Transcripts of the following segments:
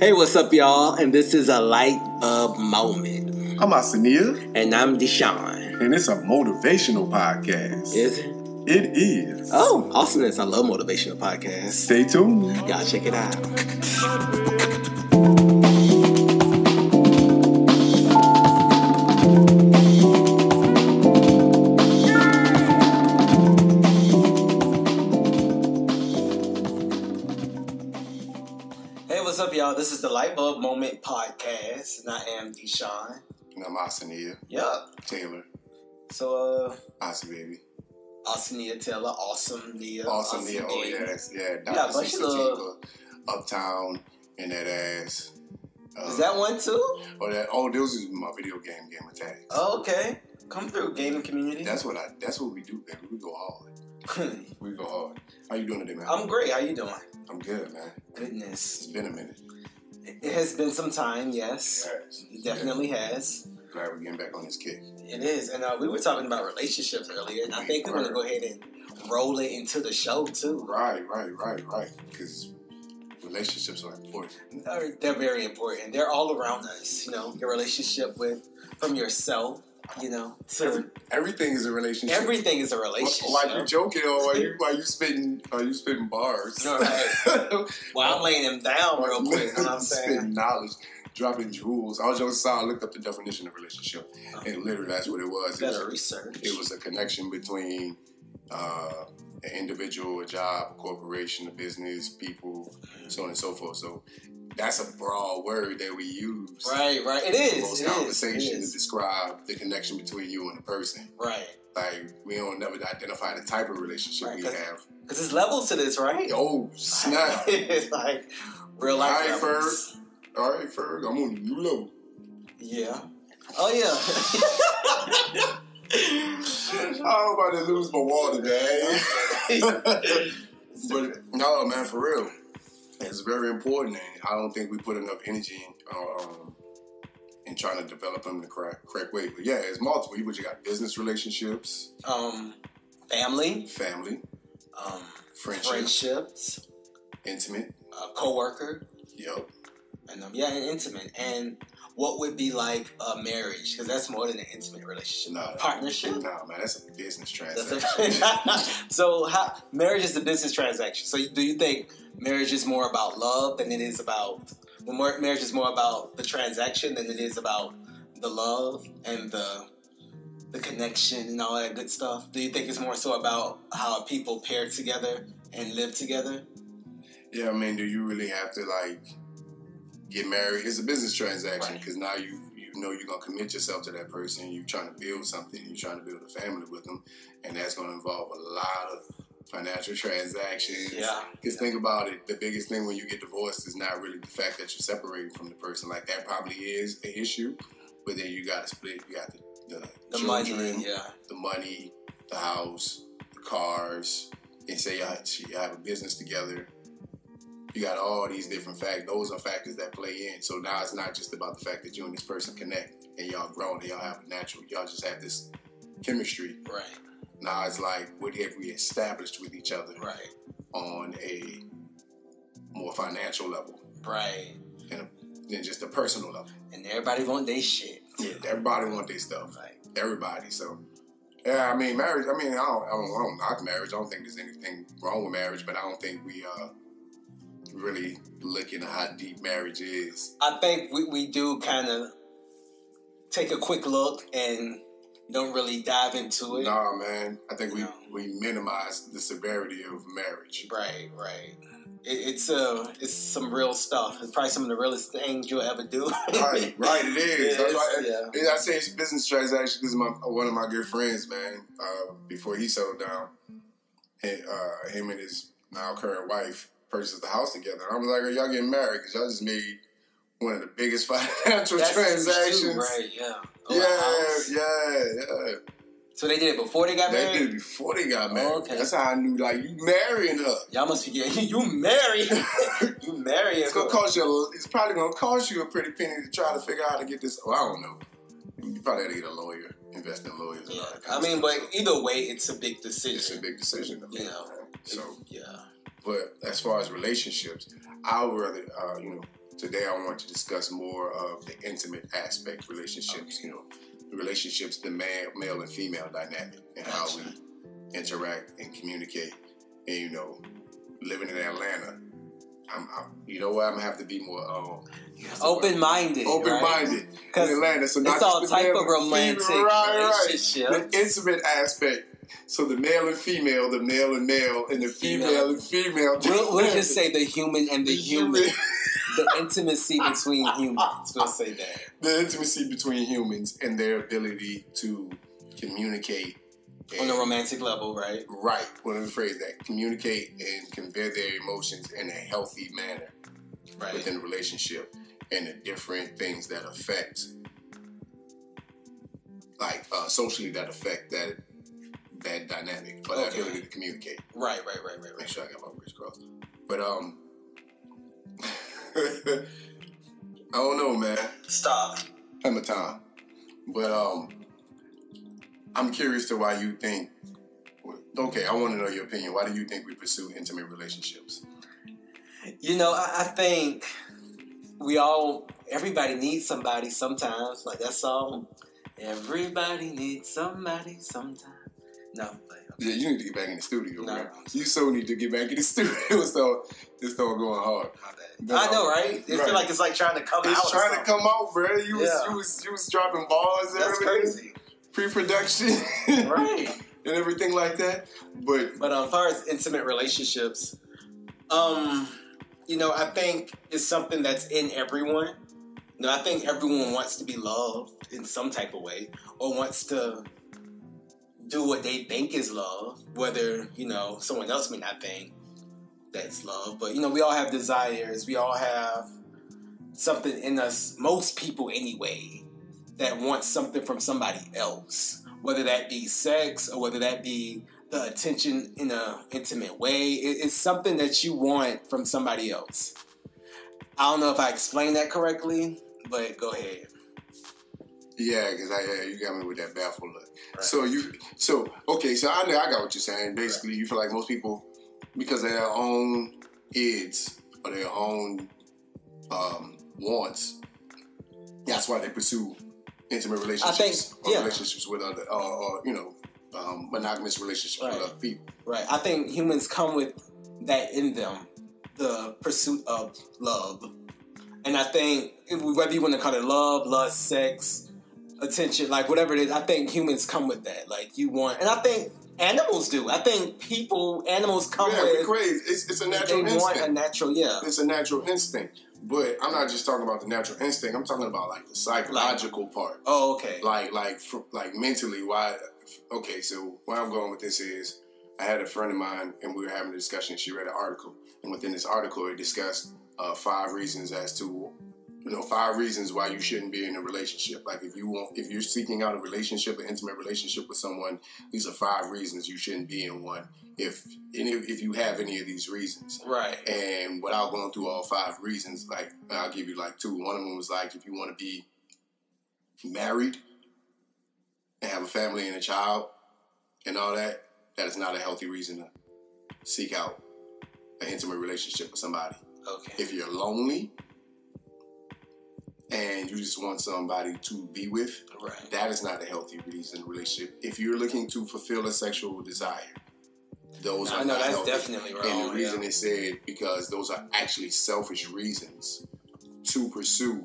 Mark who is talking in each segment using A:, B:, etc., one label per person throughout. A: Hey, what's up, y'all? And this is a light of moment,
B: I'm Asania,
A: and I'm Deshawn.
B: and it's a motivational podcast.
A: Is it?
B: It is.
A: Oh, awesomeness! I love motivational podcasts.
B: Stay tuned.
A: Y'all check it out. Hey, what's up, y'all? This is the Light Bulb Moment podcast, and I am Deshawn.
B: And I'm Asania,
A: Yup.
B: Taylor,
A: So, uh,
B: Aussie Baby.
A: Austin Taylor, awesome Nia,
B: Awesome, yeah, oh yeah, that's, yeah,
A: Yeah,
B: Dr.
A: but she love-
B: Sativa, Uptown, and that ass. Uh,
A: Is that one too?
B: Oh, that, oh, those is my video game game attack.
A: Oh, Okay, come through, gaming community.
B: That's what I. That's what we do, baby. We go hard. We go hard. How you doing today, man?
A: I'm great. How you doing?
B: I'm good, man. It's
A: Goodness,
B: been a minute.
A: it has been some time. Yes,
B: Yes.
A: it definitely has.
B: Yeah, Glad we're getting back on this kick.
A: It is, and uh, we were talking about relationships earlier, and I think we're gonna go ahead and roll it into the show too.
B: Right, right, right, right. Because relationships are important.
A: They're they're very important. They're all around us. You know, your relationship with from yourself. You know,
B: Every,
A: to
B: everything is a relationship.
A: everything is a
B: Wh-
A: relationship.
B: Why you joking or why you why you spitting are you spitting bars?
A: No, right. Well, I'm laying them down real quick. You know what I'm saying?
B: spitting knowledge, dropping jewels. I was just saw I looked up the definition of relationship
A: Uh-huh.
B: and literally that's what it was. It
A: Better
B: was,
A: research.
B: it was a connection between uh, an individual, a job, a corporation, a business, people,
A: Mm-hmm.
B: so on and so forth. So that's a broad word that we use.
A: Right, right. It
B: in
A: is.
B: Most
A: It is. It
B: conversations to
A: is.
B: describe the connection between you and the person.
A: Right.
B: Like we don't never identify the type of relationship
A: Right,
B: we
A: 'cause-
B: have.
A: Because there's levels to this, right?
B: Oh snap!
A: It's like real life.
B: All right,
A: levels.
B: All right, Ferg, I'm on you low.
A: Yeah. Oh yeah.
B: I'm about to lose my water, man. but no, man, for real, it's very important, and I don't think we put enough energy in, um, in trying to develop them the correct, correct way. But yeah, it's multiple. You but you got business relationships,
A: um, family,
B: family,
A: um,
B: friendship,
A: friendships,
B: intimate.
A: a coworker,
B: Yep.
A: and um, yeah, and intimate, and what would be like a marriage? Because that's more than an intimate relationship.
B: Nah,
A: Partnership.
B: Nah, man, that's a business
A: That's
B: transaction.
A: it. so, how, marriage is a business transaction. So, do you think marriage is more about love than it is about? Well, mar- marriage is more about the transaction than it is about the love and the the connection and all that good stuff. Do you think it's more so about how people pair together and live together?
B: Yeah, I mean, do you really have to like get married? It's a business transaction
A: Right.
B: because now you you know you're gonna commit yourself to that person. You're trying to build something. You're trying to build a family with them, and that's gonna involve a lot of financial transactions.
A: Yeah.
B: Because think about it, the biggest thing when you get divorced is not really the fact that you're separating from the person. Like that probably is an issue, but then you gotta split. You got the the,
A: The
B: children,
A: money, yeah,
B: the money, the house, the cars, and say y'all, shit, y'all have a business together. You got all these different factors. Those are factors that play in. So now it's not just about the fact that you and this person connect and y'all grown and y'all have a natural, y'all just have this chemistry.
A: right,
B: Now it's like, what have we established with each other
A: right,
B: on a more financial level
A: right.
B: than just a personal level?
A: And everybody want their shit.
B: Yeah, everybody want their stuff.
A: Like,
B: everybody. So, yeah, I mean, marriage. I mean, I don't, I don't, I don't knock marriage. I don't think there's anything wrong with marriage, but I don't think we uh really looking at how deep marriage is.
A: I think we, we do kind of take a quick look and don't really dive into it.
B: Nah, man. I think we
A: No.
B: we minimize the severity of marriage.
A: Right, right. It, it's uh, it's some real stuff. It's probably some of the realest things you'll ever do.
B: Right, right. It is.
A: It
B: That's why-
A: is, yeah.
B: Yeah, I say it's business transaction because my one of my good friends, man, uh, before he settled down, he, uh, him and his now current wife purchased the house together. I was like, "Are y'all getting married? Because y'all just made one of the biggest financial
A: That's huge too,
B: transactions."
A: right? Yeah. Oh, house.
B: Yeah, yeah, yeah.
A: So they did it before they got
B: They did it
A: married.
B: before they got married.
A: Oh, okay.
B: That's how I knew, like, you marrying her.
A: Y'all must be getting you married. you married.
B: It's gonna
A: her.
B: cost you. A, it's probably gonna cost you a pretty penny to try to figure out how to get this. Well, I don't know. You probably had to get a lawyer, invest in lawyers. And
A: Yeah.
B: all that kind
A: I
B: of
A: mean,
B: stuff.
A: but either way, it's a big decision.
B: it's a big decision to make.
A: Yeah.
B: man. So,
A: yeah.
B: but as far as relationships, I would rather, uh, you know, today I want to discuss more of the intimate aspect relationships. You know, relationships, the male, male and female dynamic, and how we interact and communicate. And you know, living in Atlanta, I'm, I'm you know what? I'm gonna have to be more um,
A: Open minded.
B: open minded in Atlanta. So not
A: it's
B: just
A: all
B: the
A: type
B: male
A: of
B: and female-
A: romantic
B: right, right the
A: relationships.
B: intimate aspect. So the male and female, the male and male, and the female,
A: Female.
B: and female.
A: We'll, we'll just say the human and the
B: the
A: human, the intimacy between humans. We'll say that.
B: the intimacy between humans and their ability to communicate
A: On a
B: and-
A: romantic level, right?
B: right. What well, phrase that communicate and convey their emotions in a healthy manner within the relationship and the different things that affect, like uh, socially, that affect that that dynamic for that
A: Okay.
B: ability to communicate.
A: Right, right, right, right,
B: Make
A: right.
B: sure I got my words crossed. But um, I don't know, man.
A: Stop.
B: I'm a time, but um, I'm curious to why you think. Okay, I want to know your opinion. Why do you think we pursue intimate relationships?
A: You know, I, I think we all, everybody needs somebody sometimes. Like that song, everybody needs somebody sometimes. No, but
B: Yeah, you need to get back in the studio,
A: No.
B: man. You so need to get back in the studio. So this all going hard.
A: my bad.
B: No,
A: I know, right? It
B: right.
A: feel like it's like trying to come out.
B: It's
A: or
B: trying to
A: something.
B: come out, bro. You was
A: Yeah.
B: you was you was dropping bars. and
A: That's crazy,
B: everything. Pre-production,
A: right?
B: and everything like that. But
A: But um, as far as intimate relationships, um, you know, I think it's something that's in everyone. No, I think everyone wants to be loved in some type of way, or wants to do what they think is love. Whether you know someone else may not think that's love, but you know, we all have desires. We all have something in us. Most people, anyway, that wants something from somebody else, whether that be sex or whether that be the attention in a intimate way. It- it's something that you want from somebody else. I don't know if I explained that correctly, but go ahead.
B: Yeah, because I yeah, you got me with that baffled look.
A: Right.
B: So you so okay, so I know I got what you're saying. Basically, you feel like most people because of their own ids or their own um, wants, that's why they pursue intimate relationships or
A: yeah.
B: relationships with other or, or you know um, monogamous relationships
A: Right.
B: with other people.
A: Right. I think humans come with that in them, the pursuit of love. And I think whether you want to call it love, lust, sex, attention, like whatever it is, I think humans come with that. Like you want, and I think animals do. I think people, animals come
B: yeah, we're
A: with.
B: crazy. It's, it's a
A: Um, they
B: natural
A: want
B: instinct.
A: a natural, yeah.
B: it's a natural instinct. But I'm not just talking about the natural instinct. I'm talking about like the psychological part.
A: Oh, okay.
B: like like fr- like mentally why okay so where i'm going with this is i had a friend of mine and we were having a discussion she read an article and within this article it discussed uh, five reasons as to you know five reasons why you shouldn't be in a relationship like if you want if you're seeking out a relationship an intimate relationship with someone these are five reasons you shouldn't be in one if any if you have any of these reasons
A: Right.
B: and without going through all five reasons, like I'll give you like two. One of them was like if you want to be married and have a family and a child and all that, that is not a healthy reason to seek out an intimate relationship with somebody.
A: Okay.
B: If you're lonely and you just want somebody to be with,
A: Right.
B: that is not a healthy reason in a relationship. If you're looking to fulfill a sexual desire, those
A: I
B: are
A: know
B: not
A: that's
B: healthy.
A: definitely wrong.
B: And the
A: Oh, yeah.
B: reason they said because those are actually selfish reasons to pursue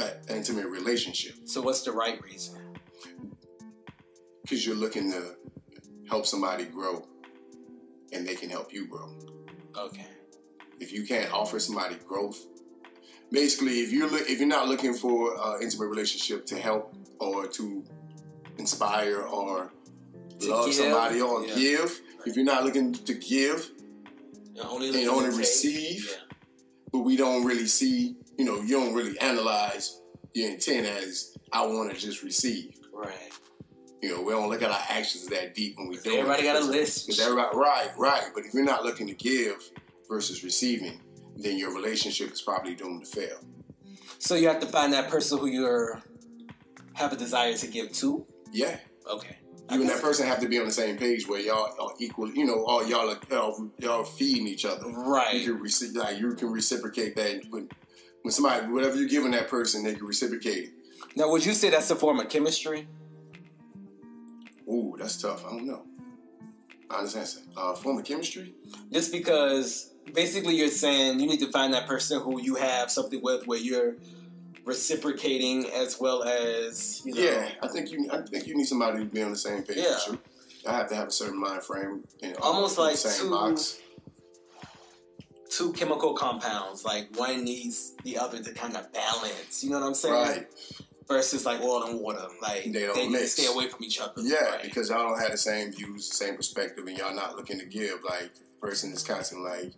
B: an intimate relationship
A: So what's the right reason?
B: because you're looking to help somebody grow and they can help you grow.
A: Okay.
B: If you can't offer somebody growth, basically, if you're look if you're not looking for an intimate relationship to help or to inspire or
A: To
B: love
A: give,
B: somebody or
A: yeah.
B: give, if you're not looking to give,
A: And only,
B: And
A: looking
B: only
A: to take-
B: receive.
A: Yeah.
B: but we don't really see, you know, you don't really analyze your intent as I want to just receive.
A: Right.
B: You know, we don't look at our actions that deep when we do.
A: Everybody got a list.
B: Is everybody right? Right. But if you're not looking to give versus receiving, then your relationship is probably doomed to fail.
A: So you have to find that person who you're have a desire to give to.
B: Yeah.
A: Okay.
B: You and that person have to be on the same page where y'all are equal. You know, all y'all are y'all, y'all feeding each other.
A: Right.
B: You can reci- like you can reciprocate that when when somebody whatever you're giving that person, they can reciprocate it.
A: Now, would you say that's a form of chemistry?
B: Ooh, that's tough. I don't know. Honest answer. Uh, form of chemistry.
A: Just because basically you're saying you need to find that person who you have something with where you're reciprocating as well as you know,
B: Yeah, I think you. I think you need somebody to be on the same page.
A: Yeah.
B: with you. I have to have a certain mind frame. And all
A: Almost
B: in the
A: like
B: same
A: two-
B: box.
A: two chemical compounds. Like one needs the other to kind of balance. You know what I'm saying?
B: Right.
A: Versus like oil and water. Like
B: They
A: they,
B: don't
A: need to
B: mix.
A: stay away from each other.
B: Yeah,
A: Right.
B: because y'all don't have the same views, the same perspective, and y'all not looking to give. Like, person is constantly like,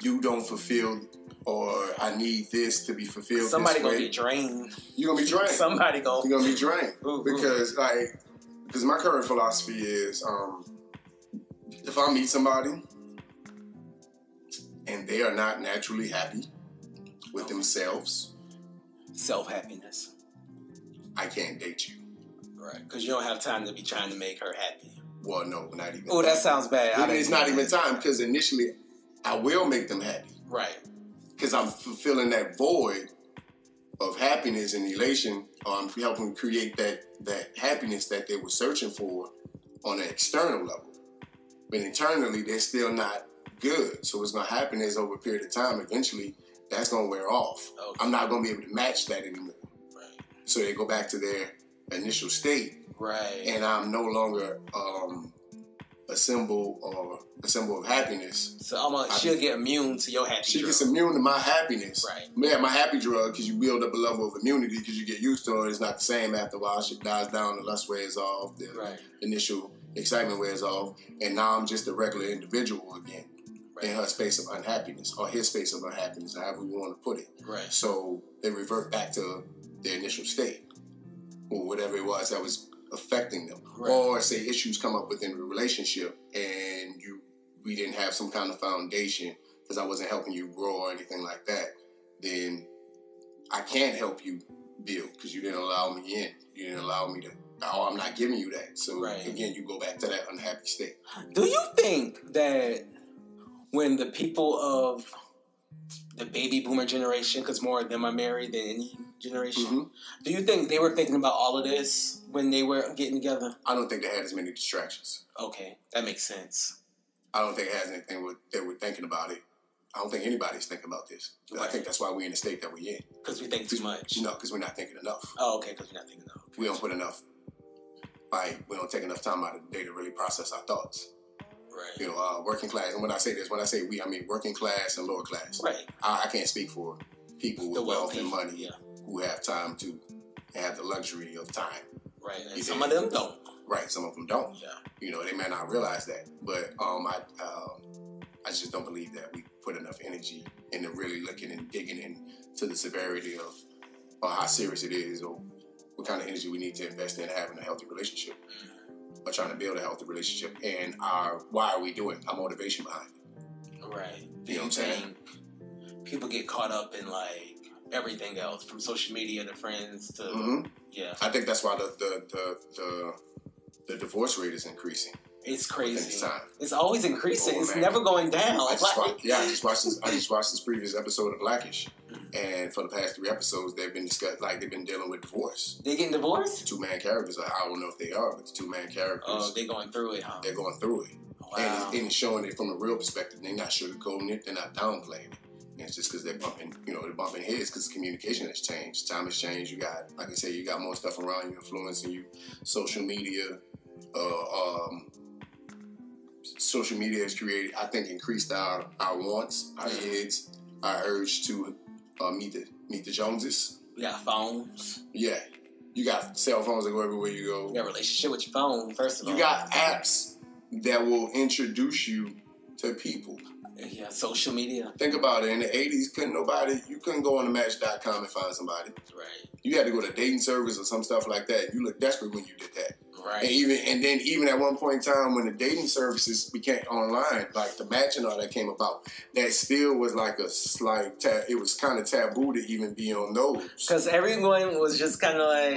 B: you don't fulfill, or I need this to be fulfilled.
A: Somebody
B: this
A: gonna
B: way.
A: be drained.
B: You're gonna be drained.
A: Somebody gonna.
B: You're gonna be drained
A: Ooh, ooh.
B: because like, because my current philosophy is, um, if I meet somebody and they are not naturally happy with themselves,
A: Self happiness.
B: I can't date you.
A: Right. Because you don't have time to be trying to make her happy.
B: Well, no, not even.
A: Oh, that sounds bad. I
B: Even
A: didn't-
B: it's not even time because initially, I will make them happy.
A: Right.
B: because I'm fulfilling that void of happiness and elation. Or I'm helping create that that happiness that they were searching for on an external level, but internally they're still not good. So it's gonna happen is over a period of time. Eventually, that's gonna wear off.
A: Okay.
B: I'm not gonna be able to match that anymore.
A: Right.
B: So they go back to their initial state,
A: Right.
B: and I'm no longer um, a symbol or a symbol of happiness.
A: so I'm a,
B: I-
A: she'll get immune to your happy.
B: She
A: drug.
B: gets immune to my happiness.
A: Right.
B: Yeah, my happy drug because you build up a level of immunity because you get used to it. It's not the same after a while. Shit dies down, the lust wears off, the
A: Right.
B: initial excitement wears off, and now I'm just a regular individual again in
A: Right.
B: her space of unhappiness or his space of unhappiness, however you want to put it.
A: Right.
B: So they revert back to their initial state or whatever it was that was affecting them.
A: Right.
B: Or say issues come up within the relationship and you we didn't have some kind of foundation because I wasn't helping you grow or anything like that, then I can't help you build because you didn't allow me in. You didn't allow me to oh I'm not giving you that. So
A: Right.
B: again you go back to that unhappy state.
A: Do you think that when the people of the baby boomer generation, because more of them are married than any generation,
B: Mhm.
A: do you think they were thinking about all of this when they were getting together?
B: I don't think they had as many distractions.
A: Okay, that makes sense.
B: I don't think it has anything with that we're thinking about it. I don't think anybody's thinking about this. I
A: Right.
B: think that's why we're in the state that we're in.
A: Because we think too much.
B: You know, because we're not thinking enough.
A: Oh, okay, because we're not thinking enough.
B: We don't put enough, like, we don't take enough time out of the day to really process our thoughts.
A: Right.
B: You know, uh, working class, and when I say this, when I say we, I mean working class and lower class.
A: Right.
B: I, I can't speak for people with
A: The
B: wealth
A: wealthy,
B: and money
A: yeah.
B: who have time to have the luxury of time.
A: Right. And
B: You
A: some of
B: think-
A: them don't.
B: Right, some of them don't.
A: Yeah.
B: You know, they may not realize that, but um, I, um, I just don't believe that we put enough energy into really looking and digging into the severity of, or how serious it is, or what kind of energy we need to invest in having a healthy relationship, or trying to build a healthy relationship, and our why are we doing, our motivation behind it.
A: Right.
B: You know what I'm saying?
A: Think People get caught up in like everything else from social media to friends to,
B: Mhm.
A: yeah.
B: I think that's why the the the, the the divorce rate is increasing.
A: It's
B: within
A: crazy.
B: this time.
A: It's always increasing.
B: Oh,
A: it's
B: man.
A: never going down.
B: I just
A: Like-
B: watched, yeah, I just watched this. I just watched this previous episode of Blackish, and for the past three episodes, they've been discussed like they've been dealing with divorce.
A: They getting divorced?
B: Two man characters. I I don't know if they are, but the two man characters
A: Oh, they going through it, huh?
B: they're going through it, and,
A: Wow.
B: it's, and it's showing it from a real perspective. They're not sugarcoating it. They're not downplaying it. And it's just because they're bumping, you know, they're bumping heads because communication has changed, time has changed. You got, like I said, you got more stuff around you influencing you, social media, uh, um, social media has created, I think, increased our, our wants, our
A: Mhm.
B: needs, our urge to uh, meet the meet the Joneses.
A: We got phones.
B: Yeah, you got cell phones that go everywhere you go.
A: You got a relationship with your phone, first of all.
B: You got apps that will introduce you to people.
A: yeah, social media.
B: Think about it. In the 80s, couldn't nobody, you couldn't go on to match.com and find somebody.
A: Right.
B: You had to go to dating service or some stuff like that. You looked desperate when you did that.
A: Right.
B: And even and then even at one point in time when the dating services became online, like the match and all that came about, that still was like a slight ta- it was kind of taboo to even be on those.
A: Because everyone was just kind of like,
B: Ugh.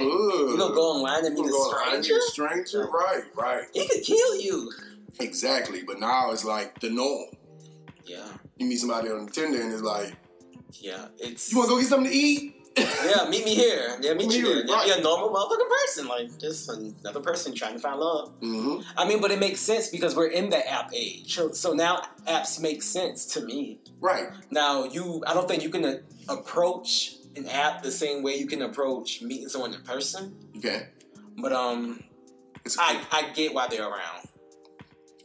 A: you gonna go online and meet
B: You
A: a
B: go out and meet
A: stranger?
B: a stranger, right, right,
A: He could kill you.
B: exactly. But now it's like the norm.
A: Yeah,
B: You meet somebody on Tinder and it's like,
A: yeah. It's
B: you want to go get something to eat?
A: yeah. Meet me here. Yeah, meet
B: Meet
A: you
B: me,
A: here. Yeah,
B: right.
A: be a normal motherfucking person, like just another person trying to find love.
B: Mm-hmm.
A: I mean, but it makes sense because we're in the app age. So, so now apps make sense to me.
B: Right.
A: Now you, I don't think you can uh, approach an app the same way you can approach meeting someone in person.
B: You can.
A: But um,
B: It's
A: I I get why they're around,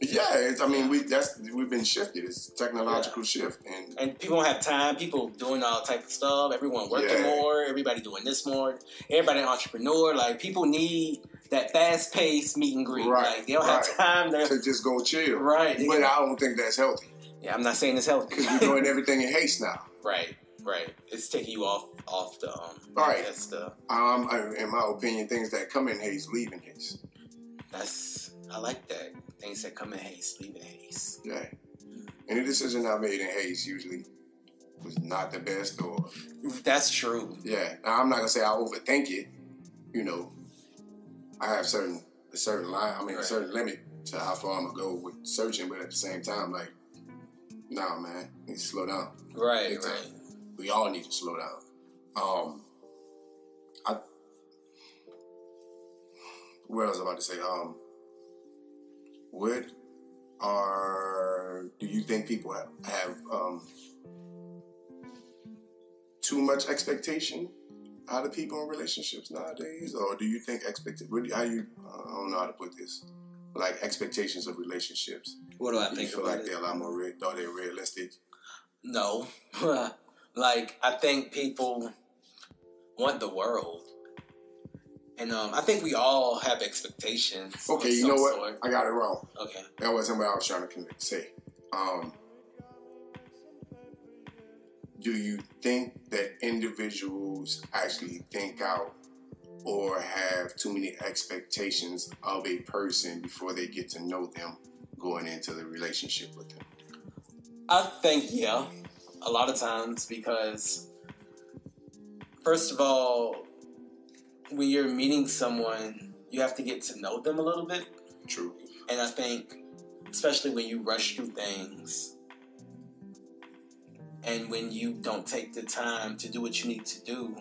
B: yeah. It's, I mean, we that's we've been shifted. It's a technological shift, and
A: and people don't have time. People doing all type of stuff. Everyone working
B: Yeah.
A: more. Everybody doing this more. Everybody an entrepreneur. Like people need that fast paced meet and greet.
B: Right,
A: Like they don't have time.
B: right.
A: To,
B: to just go chill.
A: right.
B: But I don't think that's healthy
A: yeah, I'm not saying it's healthy.
B: because we're doing everything in haste now.
A: right. Right. It's taking you off off the um.
B: Right.
A: That's the
B: Um, I- in my opinion, things that come in haste leave in haste.
A: that's I like that. Things that come in haste, leave in haste.
B: Yeah.
A: Mm.
B: Any decision I made in haste usually was not the best, or
A: That's true.
B: yeah. Now, I'm not gonna say I overthink it. You know, I have certain a certain line. I mean, a
A: Right.
B: certain limit to how far I'm gonna go with searching, but at the same time, like, nah, man, you need to slow down.
A: Right,
B: Big time.
A: right.
B: we all need to slow down. Um, I what else was I about to say? Um, what are do you think people have, have um, too much expectation out of people in relationships nowadays, or do you think expect what do- how you I don't know how to put this like expectations of relationships?
A: What do I
B: Do you
A: think
B: feel
A: about
B: like
A: it?
B: they're a lot more re- are they realistic?
A: No. like I think people want the world. And um, I think we all have expectations. of
B: Okay, you
A: some
B: know what?
A: sort.
B: I got it wrong.
A: Okay.
B: That wasn't what I was trying to convey- say. Um, do you think that individuals actually think out or have too many expectations of a person before they get to know them going into the relationship with them?
A: I think yeah, a lot of times because first of all, when you're meeting someone, you have to get to know them a little bit
B: True.
A: And I think, especially when you rush through things and when you don't take the time to do what you need to do,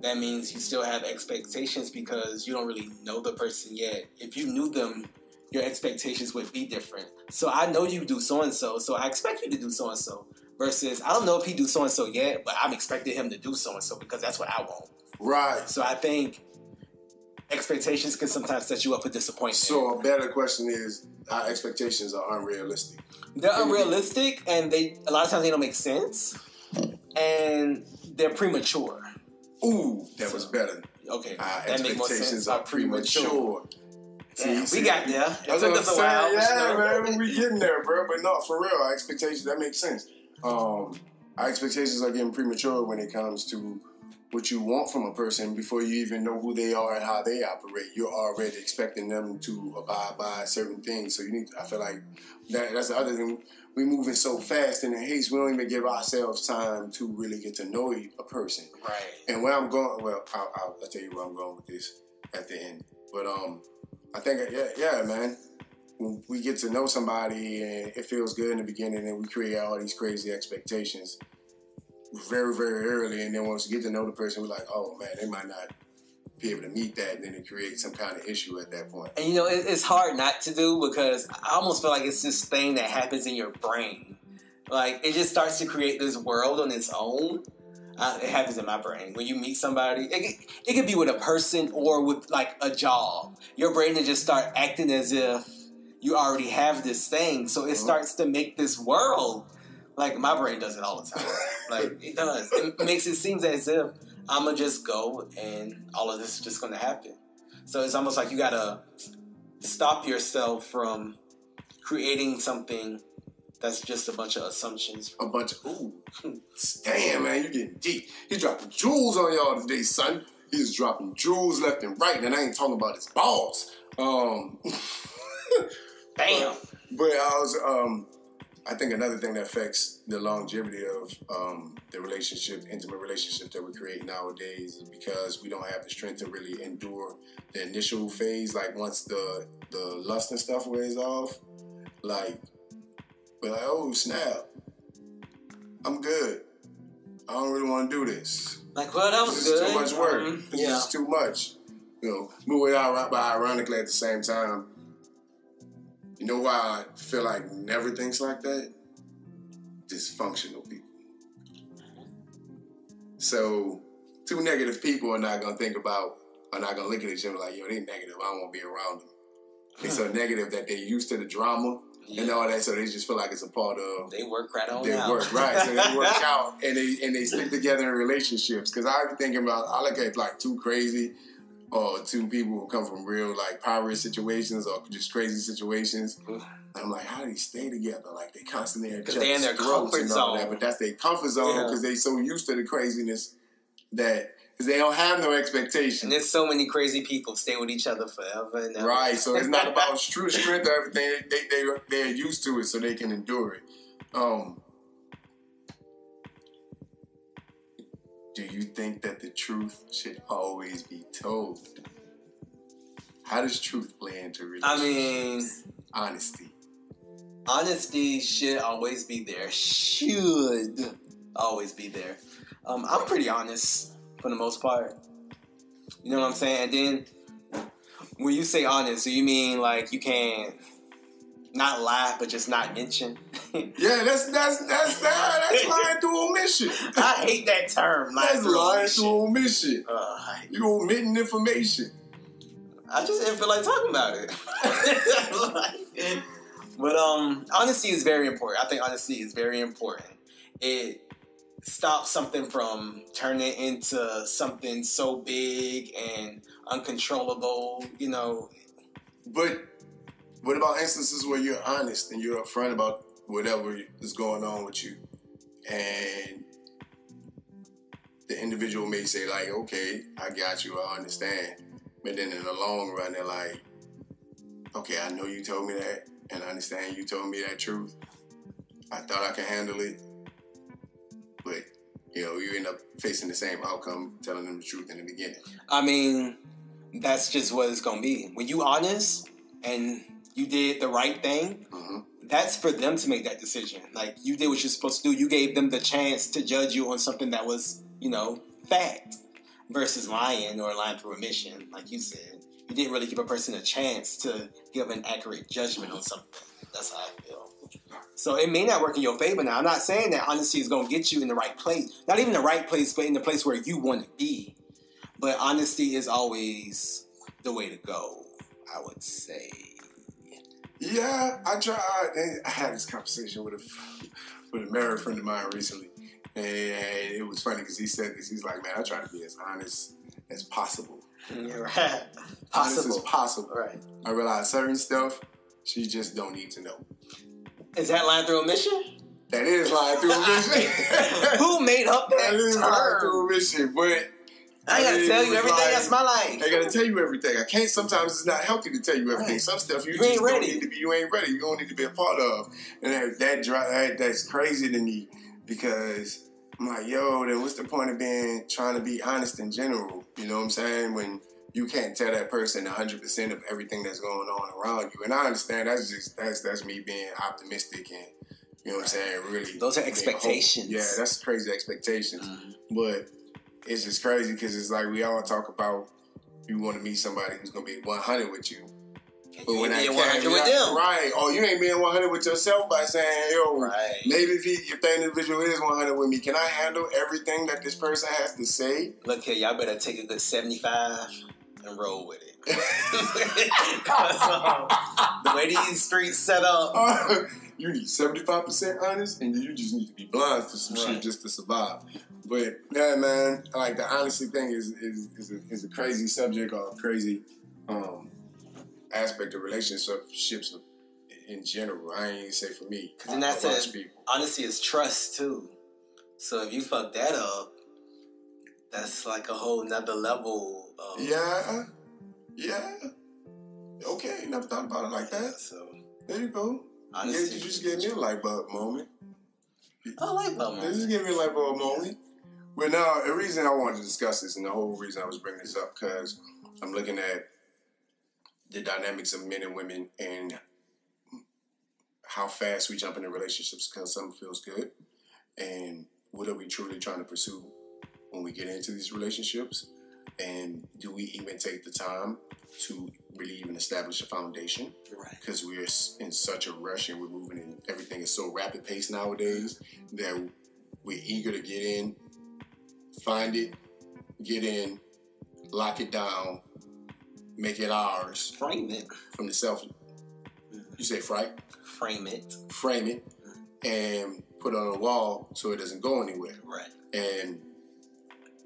A: that means you still have expectations because you don't really know the person yet. If you knew them, your expectations would be different. So I know you do so and so, so I expect you to do so and so. Versus, I don't know if he do so and so yet, but I'm expecting him to do so and so because that's what I want.
B: Right.
A: So I think expectations can sometimes set you up for disappointment.
B: So a better question is our expectations are unrealistic.
A: They're unrealistic, and they a lot of times they don't make sense, and they're premature.
B: Ooh, that was better.
A: Okay,
B: Our
A: that makes more sense.
B: expectations are premature.
A: Damn,
B: See,
A: we
B: see?
A: got there. It
B: That's
A: took
B: what I'm
A: us a while.
B: saying. Yeah,
A: but you know.
B: man, we getting there, bro. But no, for real, our expectations that makes sense. Um, our expectations are getting premature when it comes to what you want from a person before you even know who they are and how they operate. You're already expecting them to abide by certain things. So you need. I feel like that, that's the other thing. We moving so fast and in haste. We don't even give ourselves time to really get to know a person.
A: Right.
B: And where I'm going, well, I'll, I'll, I'll tell you where I'm going with this at the end. But um, I think, yeah, yeah, man, when we get to know somebody and it feels good in the beginning, and we create all these crazy expectations very, very early. And then once you get to know the person, we're like, oh man, they might not be able to meet that, and then it creates some kind of issue at that point.
A: And you know, it, it's hard not to do because I almost feel like it's this thing that happens in your brain. Like it just starts to create this world on its own. Uh, it happens in my brain when you meet somebody. It, could- it could be with a person or with like a job. Your brain will just start acting as if you already have this thing, so it
B: Mhm.
A: starts to make this world. Like my brain does it all the time. like it does. It makes it seems as if I'm gonna just go and all of this is just gonna happen. So it's almost like you gotta stop yourself from creating something that's just a bunch of assumptions.
B: A bunch of ooh, damn man, you getting deep. You dropping jewels on y'all today, son. He's dropping jewels left and right, and I ain't talking about his balls. Um,
A: Bam.
B: But I was, um, I think another thing that affects the longevity of um, the relationship, intimate relationship that we create nowadays, is because we don't have the strength to really endure the initial phase. Like once the the lust and stuff wears off, like we're like, oh snap, I'm good. I don't really want to do this.
A: Like, well, that was
B: This
A: good.
B: is too much work.
A: Mhm.
B: This
A: Yeah.
B: is too much. You know, but we are, but ironically at the same time, you know why I feel like never thinks like that? Dysfunctional people. So, two negative people are not gonna think about, are not gonna look at each other like, yo, they negative. I don't wanna be around them. They so negative that they used to the drama and
A: Yeah.
B: all that, so they just feel like it's a part of
A: They work right on
B: they
A: out.
B: work right, so they work out and they and they stick together in relationships. Because I be thinking about I look at like two crazy or two people who come from real like poverty situations or just crazy situations.
A: Mhm.
B: I'm like, how do they stay together? Like they constantly at
A: 'Cause they in their
B: each other's
A: comfort
B: throats and all
A: zone.
B: that, but that's their comfort zone
A: Yeah.
B: because they so used to the craziness that because they don't have no
A: And
B: expectations.
A: there's so many crazy people stay with each other forever and ever.
B: Right, so it's not about true strength or everything. They they they're used to it, so they can endure it. Um, do you think that the truth should always be told? How does truth play into
A: I
B: relationships?
A: mean,
B: honesty.
A: honesty should always be there. Should always be there. Um, I'm pretty honest for the most part. You know what I'm saying? And then when you say honest, do you mean like you can not lie but just not mention?
B: Yeah, that's that's that's that's lying through omission.
A: I hate that term. Like,
B: That's lying through omission.
A: Uh, I-
B: You omitting information.
A: I just didn't feel like talking about it. Like, but um, honesty is very important. I think honesty is very important. It stops something from turning into something so big and uncontrollable. You know,
B: But what about instances where you're honest and you're upfront about whatever is going on with you, and the individual may say like, "Okay, I got you, I understand," but then in the long run, they're like, "Okay, I know you told me that, and I understand you told me that truth. I thought I could handle it, but." You know, you end up facing the same outcome telling them the truth in the beginning.
A: I mean, that's just what it's gonna be. When you honest and you did the right thing,
B: Mhm.
A: that's for them to make that decision. Like you did what you're supposed to do. You gave them the chance to judge you on something that was, you know, fact versus lying or lying through omission, like you said. You didn't really give a person a chance to give an accurate judgment on something. That's how I feel. So it may not work in your favor now. I'm not saying that honesty is gonna get you in the right place. Not even the right place, but in the place where you wanna be. But honesty is always the way to go, I would say.
B: Yeah, I tried. I had this conversation with a with a married friend of mine recently, and it was funny because he said this. He's like, "Man, I try to be as honest as possible.
A: You're right.
B: Honest as
A: Possible.
B: possible.
A: Right.
B: I realize certain stuff she just don't need to know.
A: Is that line through omission?
B: That is lying through omission.
A: Who made up that
B: that is lying
A: term?
B: through omission, but
A: I gotta
B: mean,
A: tell
B: it
A: you
B: was
A: everything.
B: like-
A: That's my life.
B: I gotta tell you everything. I can't. Sometimes it's not healthy to tell you everything.
A: Right.
B: Some stuff you,
A: You
B: just
A: ain't
B: don't
A: ready.
B: need to be. You ain't ready. You don't need to be a part of. And that that, dri that that's crazy to me because I'm like, yo, then what's the point of being trying to be honest in general? You know what I'm saying? When you can't tell that person 100 percent of everything that's going on around you. And I understand that's just that's that's me being optimistic and you know what I'm saying. Really,
A: Those are
B: being hopeful.
A: expectations.
B: oh, Yeah, that's crazy expectations.
A: Mhm.
B: But it's just crazy because it's like we all talk about you want to meet somebody who's gonna be 100 with you. But
A: You
B: when
A: ain't
B: I
A: being 100
B: came,
A: with
B: I-
A: them.
B: right? Or you ain't being 100 with yourself by saying, "Yo,
A: Right.
B: maybe if, he, if that individual is 100 with me, can I handle everything that this person has to say?"
A: Look here, y'all better take a good 75 and roll with it. 'Cause, um, the way these streets set up.
B: you need 75 percent honest, and you just need to be blind to some
A: Right.
B: shit just to survive. But yeah, man, like the honesty thing is is is a, is a crazy subject or a crazy um, aspect of relationships in general. I ain't even say for me.
A: 'Cause then that's
B: I watch
A: it.
B: people.
A: Honesty is trust, too. So if you fuck that up, that's like a whole nother level. Of,
B: Yeah. Yeah. Okay, never thought about it like that.
A: So
B: There you go. Yeah,
A: honestly,
B: you just gave me a light bulb moment.
A: I like that one.
B: This is giving me like a moment. But now the reason I wanted to discuss this, and the whole reason I was bringing this up, because I'm looking at the dynamics of men and women and how fast we jump into relationships because something feels good, and what are we truly trying to pursue when we get into these relationships, and do we even take the time to really even establish a foundation?
A: Right.
B: because we're s- in such a rush and we're moving and everything is so rapid paced nowadays that we're eager to get in, find it, get in, lock it down, make it ours
A: Frame it.
B: from the self. You say fright,
A: Frame it.
B: frame it, and put it on a wall so it doesn't go anywhere
A: Right.
B: and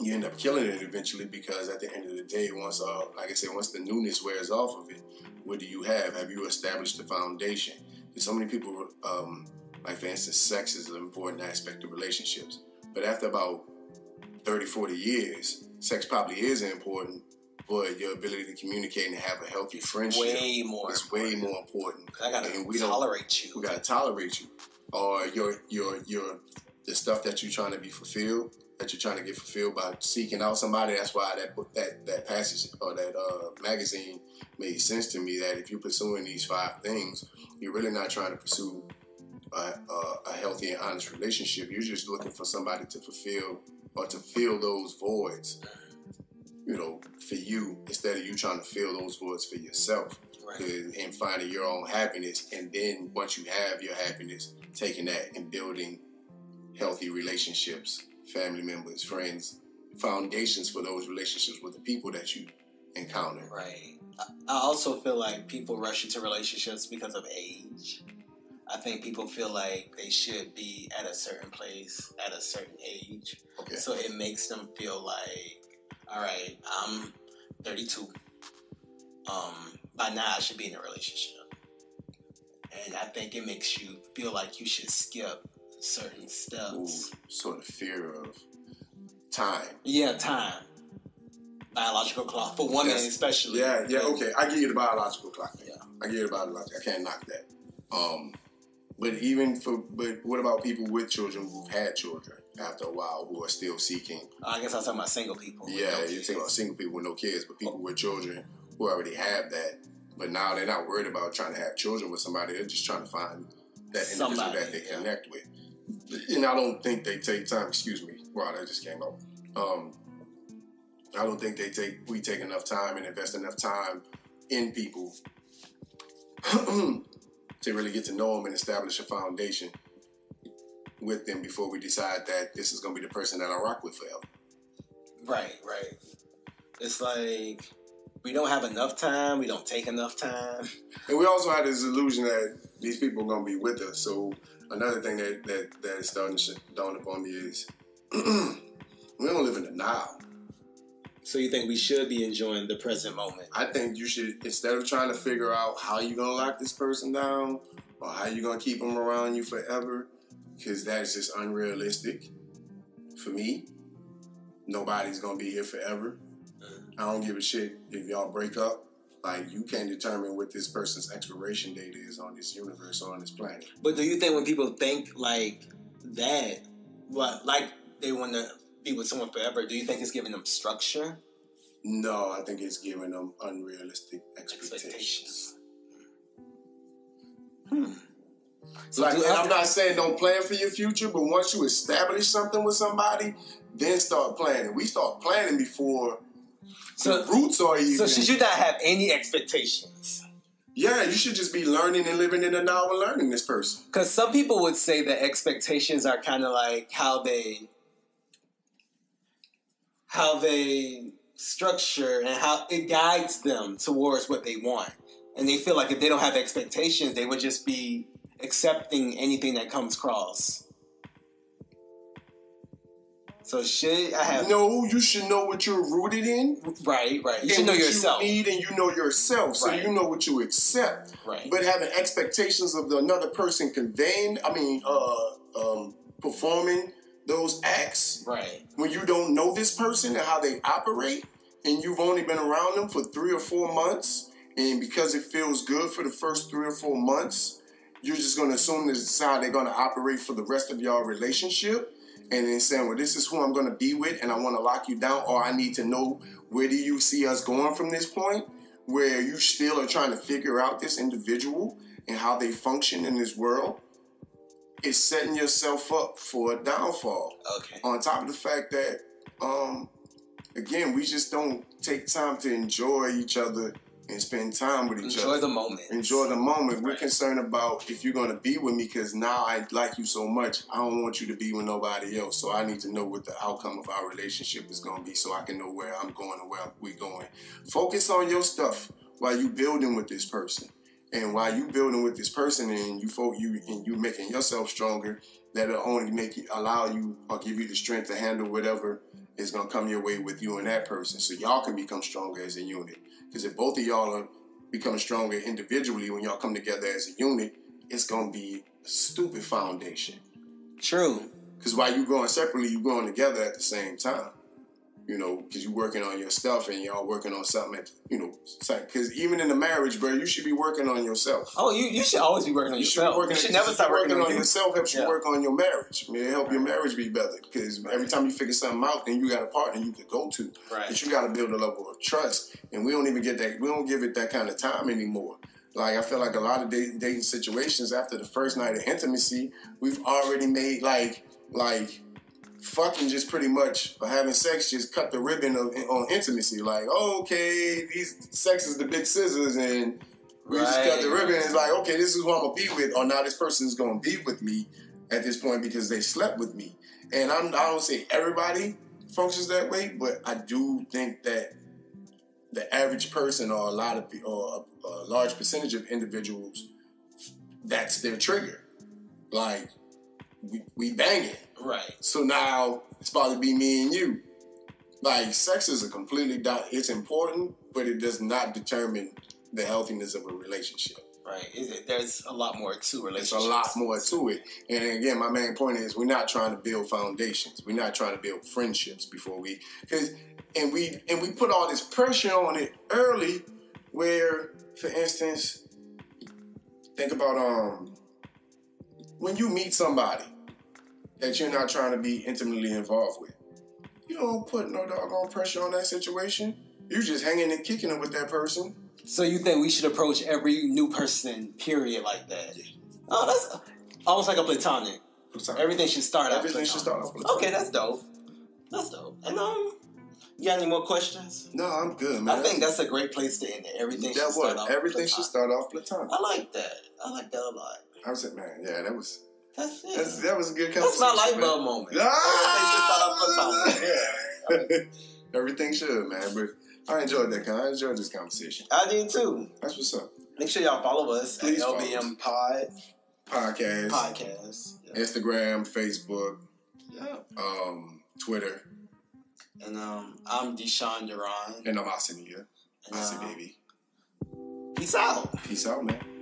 B: you end up killing it eventually because at the end of the day, once uh, like I said, once the newness wears off of it, what do you have? Have you established the foundation? There's so many people, um, like for instance, sex is an important aspect of relationships, but after about 30, 40 years, sex probably is important, but your ability to communicate and have a healthy friendship
A: Way more.
B: is way more important.
A: 'Cause I gotta
B: And we don't-
A: tolerate you.
B: who gotta tolerate you, or your your your the stuff that you're trying to be fulfilled, that you're trying to get fulfilled by seeking out somebody. That's why that book, that that passage or that uh, magazine made sense to me. That if you're pursuing these five things, you're really not trying to pursue a, a, a healthy and honest relationship. You're just looking for somebody to fulfill or to fill those voids. You know, for you instead of you trying to fill those voids for yourself
A: Right.
B: to- and finding your own happiness. And then once you have your happiness, taking that and building healthy relationships, family members, friends, foundations for those relationships with the people that you encounter.
A: Right. I I also feel like people rush into relationships because of age. I think people feel like they should be at a certain place at a certain age.
B: Okay.
A: So it makes them feel like, all right, I'm 32. Um, by now I should be in a relationship. And I think it makes you feel like you should skip certain
B: Ooh,
A: steps.
B: sort of fear of time.
A: Yeah, time. Biological clock for women,
B: Yes.
A: especially.
B: Yeah, yeah, okay. I give you the biological clock.
A: Yeah.
B: I give you the biological. I can't knock that. Um, but even for, but what about people with children who've had children after a while who are still seeking
A: I guess I'm talking about single people. with
B: Yeah,
A: no
B: you're
A: kids.
B: talking about single people with no kids, but people with children who already have that, but now they're not worried about trying to have children with somebody. They're just trying to find that individual
A: Somebody,
B: that they
A: yeah.
B: connect with. And I don't think they take time. Excuse me, wow, that just came out. Um, I don't think they take we take enough time and invest enough time in people to really get to know them and establish a foundation with them before we decide that this is going to be the person that I rock with forever.
A: Right, right. It's like we don't have enough time. We don't take enough time.
B: And we also had this illusion that these people are going to be with us. So another thing that that, that is starting to sh- dawn upon me is we don't live in the now.
A: So you think we should be enjoying the present moment?
B: I think you should instead of trying to figure out how you're going to lock this person down or how you're going to keep them around you forever, because that is just unrealistic for me. Nobody's going to be here forever. I don't give a shit if y'all break up. Like you can't determine what this person's expiration date is on this universe or on this planet.
A: But do you think when people think like that, what like they want to be with someone forever? Do you think it's giving them structure?
B: No, I think it's giving them unrealistic expectations.
A: Expectations. Hmm. So
B: Like,
A: do
B: and I'm
A: other-
B: not saying don't plan for your future, but once you establish something with somebody, then start planning. We start planning before
A: so,
B: the roots are even.
A: so should you not have any expectations?
B: yeah, you should just be learning and living in the now and learning this person.
A: Because some people would say that expectations are kind of like how they how they structure and how it guides them towards what they want. And they feel like if they don't have expectations, they would just be accepting anything that comes across. So should I have
B: No, you should know what you're rooted in.
A: right, right. You should
B: and
A: know
B: what
A: yourself.
B: You need and you know yourself, so
A: Right.
B: you know what you accept.
A: Right.
B: But having expectations of the, another person conveying, I mean, uh, um, performing those acts
A: Right.
B: when you don't know this person and how they operate, and you've only been around them for three or four months, and because it feels good for the first three or four months, you're just gonna assume this is how they're gonna operate for the rest of y'all relationship, and then saying, "Well, this is who I'm gonna be with, and I want to lock you down," or I need to know where do you see us going from this point, where you still are trying to figure out this individual and how they function in this world. It's setting yourself up for a downfall
A: Okay.
B: on top of the fact that um again we just don't take time to enjoy each other and spend time with each
A: Enjoy
B: other
A: the moment.
B: enjoy the moment we're
A: Right.
B: concerned about if you're going to be with me because now i like you so much i don't want you to be with nobody else so i need to know what the outcome of our relationship is going to be so i can know where i'm going and where we're going focus on your stuff while you building with this person and while you building with this person and you fo- you and you making yourself stronger that'll only make you allow you or give you the strength to handle whatever is going to come your way with you and that person so y'all can become stronger as a unit because if both of y'all are becoming stronger individually when y'all come together as a unit it's going to be a stupid foundation
A: True.
B: because while you growing separately, you growing together at the same time. You know, because you're working on your stuff and y'all working on something. At, you know, because even in a marriage, bro, you should be working on yourself.
A: Oh, you, you should always be working on
B: You should, be
A: yourself.
B: working,
A: you should never
B: you
A: stop working,
B: on,
A: on you.
B: yourself. Helps
A: Yeah.
B: you work on your marriage. I mean, it help your marriage be better. Because every time you figure something out, then you got a partner you could go to.
A: Right.
B: But you got to build a level of trust, and we don't even get that. We don't give it that kind of time anymore. Like I feel like a lot of dating, dating situations after the first night of intimacy, we've already made like like fucking just pretty much or having sex just cut the ribbon of, on intimacy. Like oh, okay, these sex is the big scissors, and we just cut the
A: Right.
B: ribbon. It's like okay, this is who I'm gonna be with, or now this person is gonna be with me at this point because they slept with me. And I'm, I don't say everybody functions that way, but I do think that the average person or a lot of pe- or a, a large percentage of individuals, that's their trigger. Like we, we banging,
A: Right.
B: so now it's about to be me and you. Like sex is a completely di- it's important, but it does not determine the healthiness of a relationship.
A: Right. It- There's a lot more to
B: There's
A: relationships.
B: a lot more to it. And again, my main point is we're not trying to build foundations. We're not trying to build friendships before we because and we and we put all this pressure on it early where, for instance, think about um when you meet somebody that you're not trying to be intimately involved with, you don't put no doggone pressure on that situation. You just hanging and kicking it with that person.
A: So you think we should approach every new person, period, like that? Oh, that's almost like a platonic. Everything Oh. should start out.
B: Everything should
A: platonic.
B: start out platonic.
A: Okay, that's dope. That's dope. And um, you got any more questions?
B: No, I'm good, man.
A: I think that's a great place to end it. Everything should
B: that
A: start out.
B: what everything should
A: platonic.
B: start off platonic.
A: I like that. I like that a lot.
B: I was like, man, yeah, that was
A: That's it.
B: that's,
A: That's,
B: that was a good conversation.
A: my light
B: man.
A: bulb moment.
B: Ah!
A: Everything should start off platonic.
B: Yeah. Everything should, man. But I enjoyed that. con- I enjoyed this conversation.
A: I did too.
B: That's what's up.
A: Make sure y'all follow us
B: Please
A: at
B: follow
A: LBM Pod
B: Podcast,
A: Podcast. Yeah.
B: Instagram, Facebook,
A: Yeah.
B: um, Twitter,
A: And um, I'm Deshaun Duran.
B: and I'm Austin here.
A: And,
B: Austin,
A: um,
B: baby.
A: Peace out.
B: Peace out, man.